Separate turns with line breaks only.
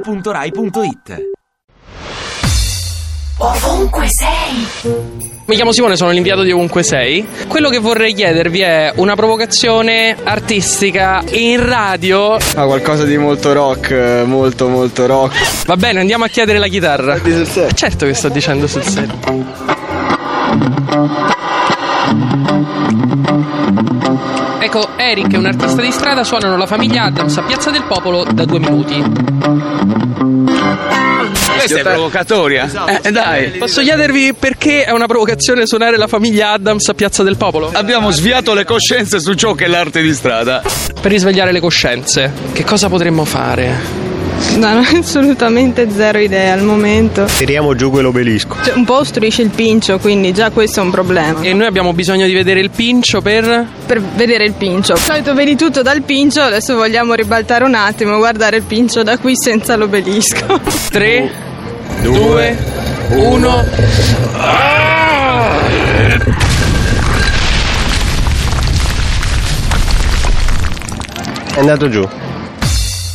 radio2pod.rai.it
Ovunque sei,
Mi chiamo Simone, sono l'inviato di Ovunque Sei. Quello che vorrei chiedervi è una provocazione artistica in radio.
Ah, qualcosa di molto rock, eh, molto molto rock.
Va bene, andiamo a chiedere la chitarra. Certo che sto dicendo sul serio. Ecco, Eric è un artista di strada, suonano la famiglia Adams a Piazza del Popolo da due minuti.
Questa è provocatoria. eh, dai.
Posso chiedervi perché è una provocazione suonare la famiglia Adams a Piazza del Popolo?
Abbiamo sviato le coscienze su ciò che è l'arte di strada.
Per risvegliare le coscienze, che cosa potremmo fare?
No, no, assolutamente zero idea al momento.
Tiriamo giù quell'obelisco.
Cioè, un po' ostruisce il pincio, quindi già questo è un problema.
E noi abbiamo bisogno di vedere il pincio per...
Per vedere il pincio. Di solito vedi tutto dal pincio, adesso vogliamo ribaltare un attimo, guardare il pincio da qui senza l'obelisco.
3, 2, 1.
È andato giù.